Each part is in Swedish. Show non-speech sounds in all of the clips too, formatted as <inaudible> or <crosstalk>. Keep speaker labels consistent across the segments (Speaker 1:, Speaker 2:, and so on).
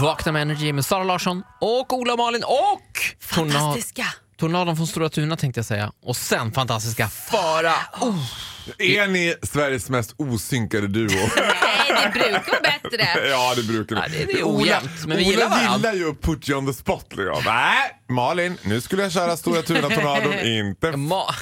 Speaker 1: Vakna med Energy med Sara Larsson och Ola och Malin och torna-
Speaker 2: Fantastiska.
Speaker 1: Tornadon från Stora Tuna tänkte jag säga. Och sen fantastiska Fara. Oh,
Speaker 3: Är ni Sveriges mest osynkade
Speaker 1: <laughs>
Speaker 3: duo?
Speaker 2: Nej, det brukar vara bättre.
Speaker 3: <laughs> ja, det brukar ni.
Speaker 1: Ja, det- det är ojämnt, men vi
Speaker 3: Ola
Speaker 1: gillar varandra.
Speaker 3: gillar ju att put you on the spot. Liksom. Nej, Malin, nu skulle jag köra
Speaker 1: <laughs>
Speaker 3: Stora Tuna-tornadon, inte
Speaker 1: Ma-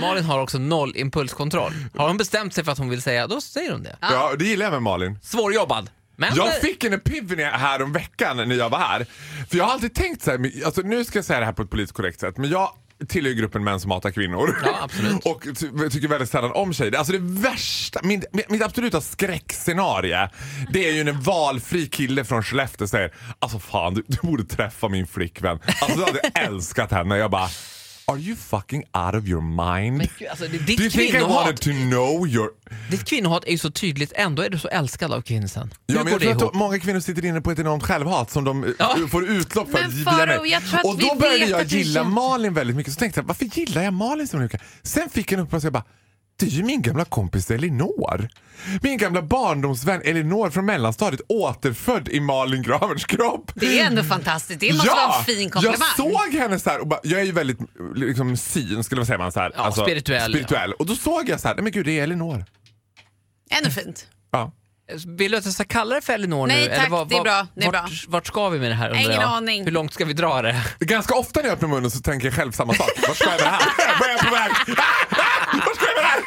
Speaker 1: Malin har också noll impulskontroll. Har hon bestämt sig för att hon vill säga, då säger hon det.
Speaker 3: Ja, det gillar jag med Malin.
Speaker 1: Svårjobbad. Men
Speaker 3: Jag fick en epiphany här om veckan när jag var här. För jag har alltid tänkt så här, men- alltså nu ska jag säga det här på ett politiskt korrekt sätt, men jag tillhör ju gruppen män som hatar kvinnor.
Speaker 1: Ja, absolut.
Speaker 3: <laughs> Och ty- tycker väldigt sällan om tjejer. Alltså det värsta, min, min- mitt absoluta skräckscenario, det är ju när en valfri kille från Skellefteå säger Alltså fan, du, du borde träffa min flickvän. Alltså du hade jag älskat henne. Jag bara Are you fucking out of your mind?
Speaker 1: Men gud, alltså, det- ditt
Speaker 3: Do you think I
Speaker 1: kvinnohat-
Speaker 3: wanted to know your...
Speaker 1: ditt kvinnohat är ju så tydligt, ändå är du så älskad av kvinnsen. Hur
Speaker 3: Ja,
Speaker 1: går
Speaker 3: men jag
Speaker 1: det
Speaker 3: tror att
Speaker 1: ihop?
Speaker 3: de- många kvinnor sitter inne på ett enormt självhat som de eh,
Speaker 1: Ja.
Speaker 3: får utlopp för.
Speaker 2: Men
Speaker 3: Gillar
Speaker 2: Faro,
Speaker 3: mig.
Speaker 2: jag tror att
Speaker 3: och då
Speaker 2: vi
Speaker 3: började
Speaker 2: vet
Speaker 3: jag
Speaker 2: att du
Speaker 3: gilla
Speaker 2: känner-
Speaker 3: Malin väldigt mycket. Så tänkte jag, varför gillar jag Malin så mycket? Sen fick jag en upplevelse, jag bara, det är ju min gamla kompis Elinor. Min gamla barndomsvän Elinor från mellanstadiet återfödd i Malin Gravers kropp.
Speaker 2: Det är ändå fantastiskt. Det måste vara en fin komplimang.
Speaker 3: Jag såg henne så här och bara, jag är ju väldigt liksom, syn, skulle man säga. Man, så här, Alltså,
Speaker 1: Ja, spirituell.
Speaker 3: spirituell. Och då såg jag så här, nej men gud det är Elinor.
Speaker 2: Ändå fint.
Speaker 3: Ja.
Speaker 1: Vill du att jag ska kalla det för Elinor nu?
Speaker 2: Nej, tack, det är bra, det är
Speaker 1: vart,
Speaker 2: bra.
Speaker 1: vart ska vi med det här undrar
Speaker 2: Ingen
Speaker 1: jag?
Speaker 2: aning.
Speaker 1: Hur långt ska vi dra det?
Speaker 3: Ganska ofta när jag öppnar munnen så tänker jag själv samma sak. Vart ska jag med det här? Var är jag på väg? Ah! Ah! Vart ska jag med det här?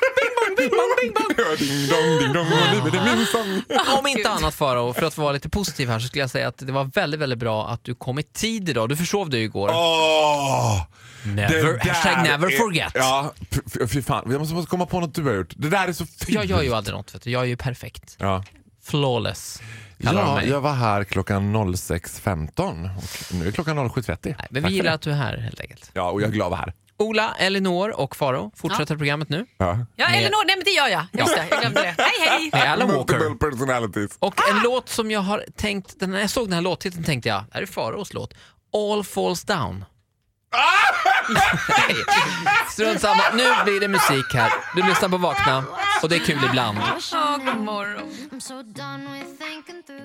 Speaker 3: Bing bong, bing bong, bing bong. Ding dong, ding dong. Och nu är det min sång.
Speaker 1: Om inte annat Farao, för att vara lite positiv här så skulle jag säga att det var väldigt, väldigt bra att du kom i tid idag. Du försov dig ju igår.
Speaker 3: Åh! Det
Speaker 1: never,
Speaker 3: där
Speaker 1: hashtag never
Speaker 3: är-
Speaker 1: forget.
Speaker 3: Ja, f- f- fy fan. Jag måste måste komma på något du har gjort. Det där är så fint.
Speaker 1: Jag gör ju aldrig något, vet du. jag är ju perfekt.
Speaker 3: Ja.
Speaker 1: Flawless. kallar de
Speaker 3: Ja,
Speaker 1: mig.
Speaker 3: jag var här klockan 06.15 och nu är klockan 07.30.
Speaker 1: Nej, men
Speaker 3: Tack
Speaker 1: vi
Speaker 3: för
Speaker 1: gillar
Speaker 3: det.
Speaker 1: att du är här helt enkelt.
Speaker 3: Ja, och jag är glad att vara här.
Speaker 1: Ola, Elinor och Farao fortsätter programmet nu.
Speaker 3: Ja.
Speaker 2: Ja, Elinor. Nej, men det gör jag. Just det, jag glömde det. Hej,
Speaker 1: Med
Speaker 3: Äh,
Speaker 2: hej.
Speaker 1: Alan Walker.
Speaker 3: Multiple personalities.
Speaker 1: Och en låt som jag har tänkt, när jag såg den här låttiteln tänkte jag, det här är Faraos låt. All falls down.
Speaker 3: Ah!
Speaker 1: Nej, Strunt samma, nu blir det musik här. Du lyssnar på Vakna och det är kul ibland.
Speaker 2: Ja, god morgon.
Speaker 4: I'm so done with thinking through.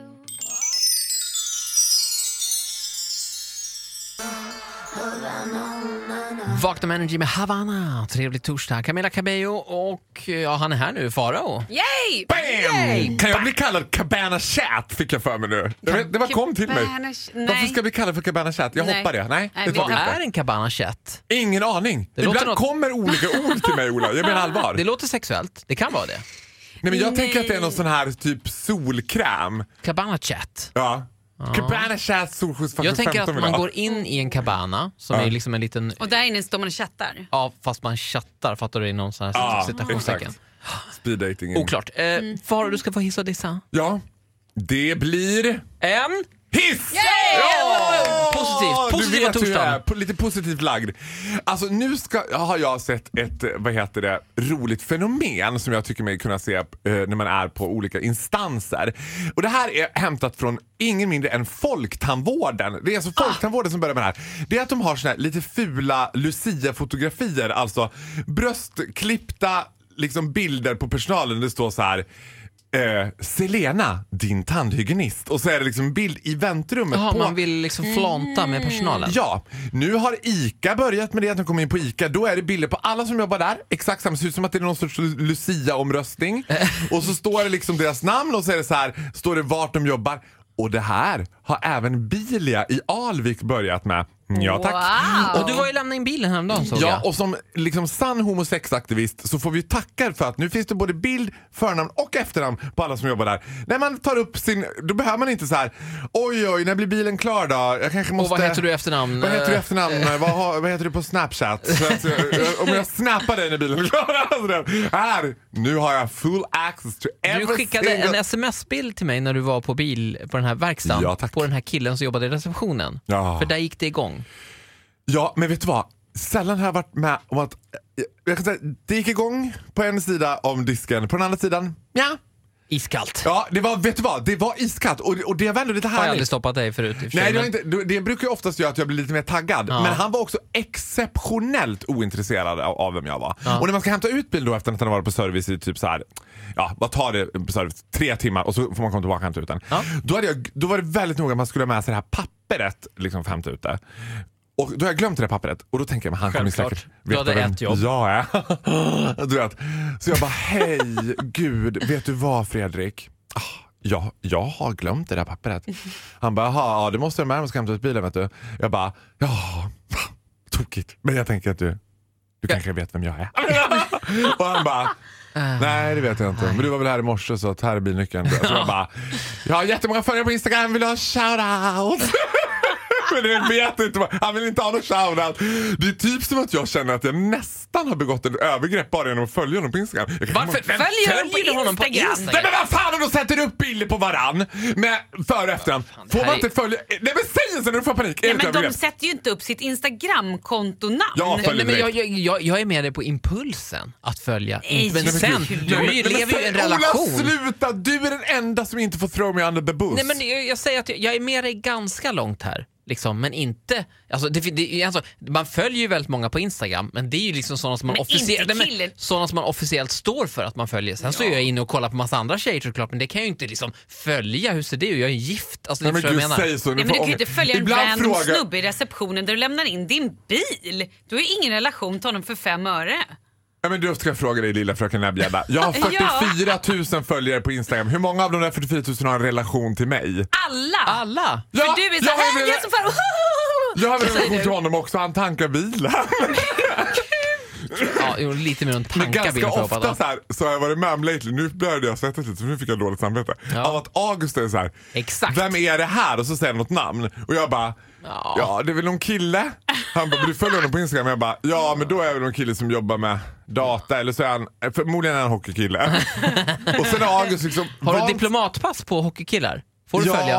Speaker 1: Vakna med Energy med Havana. Trevlig torsdag. Camilla Cabello och ja, han är här nu, Farao.
Speaker 2: Yay!
Speaker 3: Bam! Kan jag bli kallad Cabana Chat fick jag för mig nu. Det, var- det bara kom till mig.
Speaker 2: Cabana- nej.
Speaker 3: Varför ska jag bli kallad för Cabana Chat? Jag
Speaker 2: Nej.
Speaker 3: hoppar det. Nej,
Speaker 2: Nej,
Speaker 3: det
Speaker 2: vi
Speaker 3: tror
Speaker 1: Vad
Speaker 3: jag
Speaker 1: är
Speaker 3: inte.
Speaker 1: en cabana chat?
Speaker 3: Ingen aning.
Speaker 1: Det
Speaker 3: Ibland
Speaker 1: låter något-
Speaker 3: kommer olika ord till mig Ola.
Speaker 2: <laughs>
Speaker 3: Jag menar allvar.
Speaker 1: Det låter sexuellt, det kan vara det.
Speaker 3: Nej, men jag tänker att det är någon sån här typ solkräm.
Speaker 1: Cabana chat.
Speaker 3: Ja. Cabana Chat solskyddsfaktor
Speaker 1: Jag
Speaker 3: 15
Speaker 1: tänker att
Speaker 3: vill
Speaker 1: man
Speaker 3: ha.
Speaker 1: går in i en cabana som är liksom en liten,
Speaker 2: Och där inne står man och chattar.
Speaker 1: ja fast man chattar, fattar du? I någon sån här
Speaker 3: Ja,
Speaker 1: typ citationstecken.
Speaker 3: exakt. Speed dating.
Speaker 1: Oklart. Eh, Farao, du ska få hissa och dissa.
Speaker 3: Ja. Det blir...
Speaker 1: En.
Speaker 3: Hiss!
Speaker 1: Ja! Positivt.
Speaker 3: du
Speaker 1: Positiva
Speaker 3: vet hur jag är,
Speaker 1: torsdagen.
Speaker 3: po- lite positivt lagd. Alltså nu ska, har jag sett ett, eh, vad heter det, roligt fenomen som jag tycker mig kunna se eh, när man är på olika instanser. Och det här är hämtat från ingen mindre än Folktandvården. Det är
Speaker 1: Ah!
Speaker 3: alltså Folktandvården som börjar med det här. Det är att de har såna här lite fula Lucia-fotografier, alltså bröstklippta liksom bilder på personalen. Det står så här Eh, Selena, din tandhygienist. Och så är det liksom en bild i väntrummet
Speaker 1: Jaha,
Speaker 3: på
Speaker 1: man vill liksom flanta med personalen.
Speaker 3: Ja, nu har ICA börjat med det att de kommer in på ICA. Då är det bilder på alla som jobbar där. Exakt samma, ser ut som att det är någon sorts Lu- Lucia-omröstning. och så står det liksom deras namn och så är det så här, står det vart de jobbar. Och det här har även Bilia i Alvik börjat med. Ja, tack.
Speaker 2: Wow.
Speaker 1: Och du var ju lämna in bilen häromdagen såg
Speaker 3: Ja,
Speaker 1: jag.
Speaker 3: och som liksom sann homosexaktivist så får vi ju tacka för att nu finns det både bild, förnamn och efternamn på alla som jobbar där. När man tar upp sin, då behöver man inte så här. oj oj, när blir bilen klar då? Jag kanske måste...
Speaker 1: Och vad heter du i efternamn?
Speaker 3: Vad heter du i
Speaker 1: Eh,
Speaker 3: efternamn? vad, har, vad heter du på Snapchat? Så att, eh, om jag snappar dig när bilen är klar. <laughs> alltså, Här! Nu har jag full access to every
Speaker 1: Du skickade
Speaker 3: single...
Speaker 1: en sms-bild till mig när du var på bil på den här verkstaden.
Speaker 3: Ja, tack.
Speaker 1: på den här killen som jobbade i receptionen.
Speaker 3: Ja.
Speaker 1: För där gick det igång.
Speaker 3: Ja, men vet du vad? Sällan har jag varit med om att... Jag kan säga, det gick igång på en sida om disken, på den andra sidan, ja.
Speaker 1: Iskallt.
Speaker 3: Ja, det var, vet du vad? Det var iskallt och, och det var ändå lite
Speaker 1: Har jag aldrig
Speaker 3: härligt.
Speaker 1: stoppat dig förut i och för sig,
Speaker 3: Nej, det, var
Speaker 1: men-
Speaker 3: inte, det- det brukar ju oftast göra att jag blir lite mer taggad.
Speaker 1: Ja.
Speaker 3: Men han var också exceptionellt ointresserad av, av vem jag var. Och när man ska hämta ut bil då efter att han har varit på service i typ så här, ja vad tar det på service? Tre timmar och så får man komma tillbaka och hämta ut den.
Speaker 1: Ja.
Speaker 3: Då, hade jag, då var det väldigt noga att man skulle ha med sig det här pappret liksom, för att hämta ut det. Och då har jag glömt det där pappret och då tänker jag men han kommer ju
Speaker 1: Självklart.
Speaker 3: säkert
Speaker 1: Du
Speaker 3: veta
Speaker 1: hade
Speaker 3: vem
Speaker 1: ett jobb.
Speaker 3: Jag är. <laughs> du vet. Så jag bara hej gud, vet du vad Fredrik? Ah, Ja, jag har glömt det där pappret. Han bara jaha, ja, det måste jag med om jag ska hämta ut bilen vet du. Jag bara ja, tokigt. Men jag tänker att du, du kanske vet vem jag är. <laughs> och han bara
Speaker 1: Ah.
Speaker 3: Nej det vet jag inte. Men du var väl här i morse så att här är bilnyckeln. Så jag bara, jag har jättemånga följare på Instagram, vill du ha en shoutout? <laughs> Men det vet inte vad- Han vill inte ha någon shoutout. Det är typ som att jag känner att jag nästan har begått ett övergrepp bara genom att följa honom på Instagram. Jag kan-
Speaker 1: Varför vem
Speaker 2: Följer du
Speaker 1: följer
Speaker 2: på
Speaker 1: honom på
Speaker 2: Instagram?
Speaker 1: Instagram?
Speaker 3: Nej men vad fan om de sätter upp bilder på varann med före och efternamn.
Speaker 1: det
Speaker 3: Får
Speaker 1: här
Speaker 3: man
Speaker 1: är-
Speaker 3: inte följa? Nej men säg inte när du får panik. Är
Speaker 2: Ja,
Speaker 3: det
Speaker 2: men
Speaker 3: ett
Speaker 2: de
Speaker 3: övergrepp?
Speaker 2: sätter ju inte upp sitt Instagram-kontonamn.
Speaker 3: Ja, för-
Speaker 1: Nej, men jag,
Speaker 3: direkt.
Speaker 1: jag, jag, jag är med dig på impulsen att följa.
Speaker 2: Nej,
Speaker 1: men
Speaker 2: men gud.
Speaker 1: sen,
Speaker 2: Nej,
Speaker 1: du
Speaker 3: Nej, men-
Speaker 1: ju-
Speaker 3: nej, men
Speaker 1: lever ju i en
Speaker 3: säg-
Speaker 1: relation.
Speaker 3: Ola sluta! Du är den enda som inte får throw me under the bus.
Speaker 1: Nej, men jag, jag säger att jag, jag är med dig ganska långt här. Liksom, men inte, alltså, det, fin- det, är- alltså, man följer ju väldigt många på Instagram men det är ju liksom sådana som man,
Speaker 2: Men
Speaker 1: officie-
Speaker 2: inte
Speaker 1: nej, men,
Speaker 2: killen.
Speaker 1: sådana som man officiellt står för att man följer. Sen så är jag inne och kollar på massa andra tjejer såklart men det kan jag ju inte liksom följa. Hur ser det ut? Jag är gift. Alltså, det
Speaker 3: Nej,
Speaker 1: är
Speaker 3: men
Speaker 1: så jag
Speaker 3: gud,
Speaker 1: menar.
Speaker 3: säg så. Nu
Speaker 2: Nej, men
Speaker 3: får
Speaker 2: du kan ju
Speaker 3: ångest.
Speaker 2: inte följa en
Speaker 3: Ibland
Speaker 2: random
Speaker 3: frågar-
Speaker 2: snubbe i receptionen där du lämnar in din bil. Du har ju ingen relation till honom för fem öre.
Speaker 3: Ja, men då ska jag fråga dig lilla fröken Näbbgädda.
Speaker 2: <laughs>
Speaker 3: Jag har 44 000 följare på Instagram. Hur många av de där 44 000 har en relation till mig?
Speaker 2: Alla!
Speaker 1: Alla!
Speaker 3: Ah, Ja,
Speaker 2: För du är
Speaker 3: jag har
Speaker 2: såhär,
Speaker 3: en
Speaker 2: jag är
Speaker 3: rela-
Speaker 2: så fan...
Speaker 3: Jag har väl en
Speaker 2: Säger
Speaker 3: relation
Speaker 2: du.
Speaker 3: till honom också. Han tankar bilar.
Speaker 1: Ja, jo, lite mer en
Speaker 3: <laughs> Men
Speaker 1: tanka vill
Speaker 3: ganska
Speaker 1: jag alltså. få hoppas.
Speaker 3: ofta så, här, så har jag varit med om lately. Nu började jag svettas lite så nu fick jag dåligt samvete.
Speaker 1: Ja.
Speaker 3: Av att August är så här.
Speaker 1: Exakt.
Speaker 3: Vem är det här? Och så säger han något namn. Och jag bara.
Speaker 1: Ja.
Speaker 3: Ja. det är väl någon kille. Han bara, "Men du följer honom på Instagram. Jag bara, ja men då är jag väl någon kille som jobbar med data. Eller så är han, förmodligen är
Speaker 1: <laughs>
Speaker 3: han hockeykille. och sen har August liksom
Speaker 1: Har du
Speaker 3: vant-
Speaker 1: diplomatpass på hockeykillar? Får du
Speaker 3: ja,
Speaker 1: följa?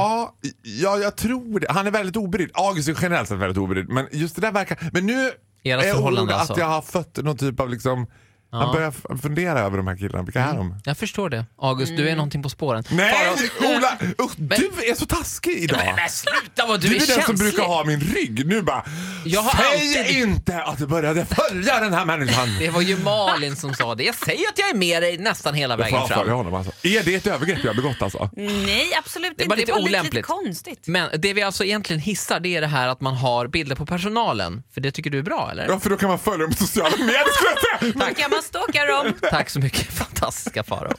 Speaker 3: Ja, jag tror det. Han är väldigt obrydd. August är generellt sett väldigt obrydd. Men just det där verkar... Men nu
Speaker 1: Era
Speaker 3: är jag
Speaker 1: förhållande
Speaker 3: orolig
Speaker 1: alltså.
Speaker 3: att jag har fött någon typ av liksom... Han börjar f- fundera över de här killarna. Vilka
Speaker 1: Mm.
Speaker 3: är de?
Speaker 1: Jag förstår det. August, du är någonting på spåren.
Speaker 3: Mm. Nej,
Speaker 1: Farao- <laughs>
Speaker 3: Ola! Usch, du är så taskig idag.
Speaker 1: Men, men sluta vad du,
Speaker 3: du är,
Speaker 1: är,
Speaker 3: den som
Speaker 1: känslig!
Speaker 3: brukar ha min rygg. Nu bara,
Speaker 1: Jag har
Speaker 3: säg
Speaker 1: alltid-
Speaker 3: inte att du började följa den här människan.
Speaker 1: Det var ju Malin som sa det. Jag säger att jag är med dig nästan hela
Speaker 3: Jag får
Speaker 1: vägen
Speaker 3: avfölja
Speaker 1: fram. Mm.
Speaker 3: honom alltså. Är det ett övergrepp jag har begått alltså?
Speaker 2: <laughs> Nej, absolut
Speaker 1: Det
Speaker 2: inte.
Speaker 1: är bara
Speaker 2: Det
Speaker 1: lite
Speaker 2: var lite, lite
Speaker 1: olämpligt.
Speaker 2: konstigt.
Speaker 1: Men det vi alltså egentligen hissar det är det här att man har bilder på personalen. För det tycker du är bra eller?
Speaker 3: Ja, för då kan man följa dem på sociala medier
Speaker 1: <laughs>
Speaker 3: skulle jag säga.
Speaker 2: Då kan man stalka
Speaker 3: <laughs>
Speaker 2: dem.
Speaker 1: Tack så mycket, <laughs> fantastiska Farao.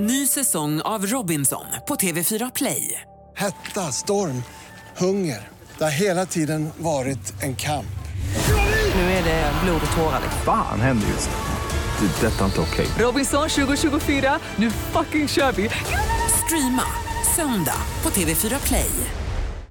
Speaker 5: Ny säsong av Robinson på TV4 Play.
Speaker 6: Hetta, storm, hunger. Det har hela tiden varit en kamp.
Speaker 7: Nu är det blod och tårar. Liksom.
Speaker 8: Fan händer just det. Det är detta inte okej.
Speaker 5: Robinson 2024, nu fucking kör vi! Streama söndag på TV4 Play.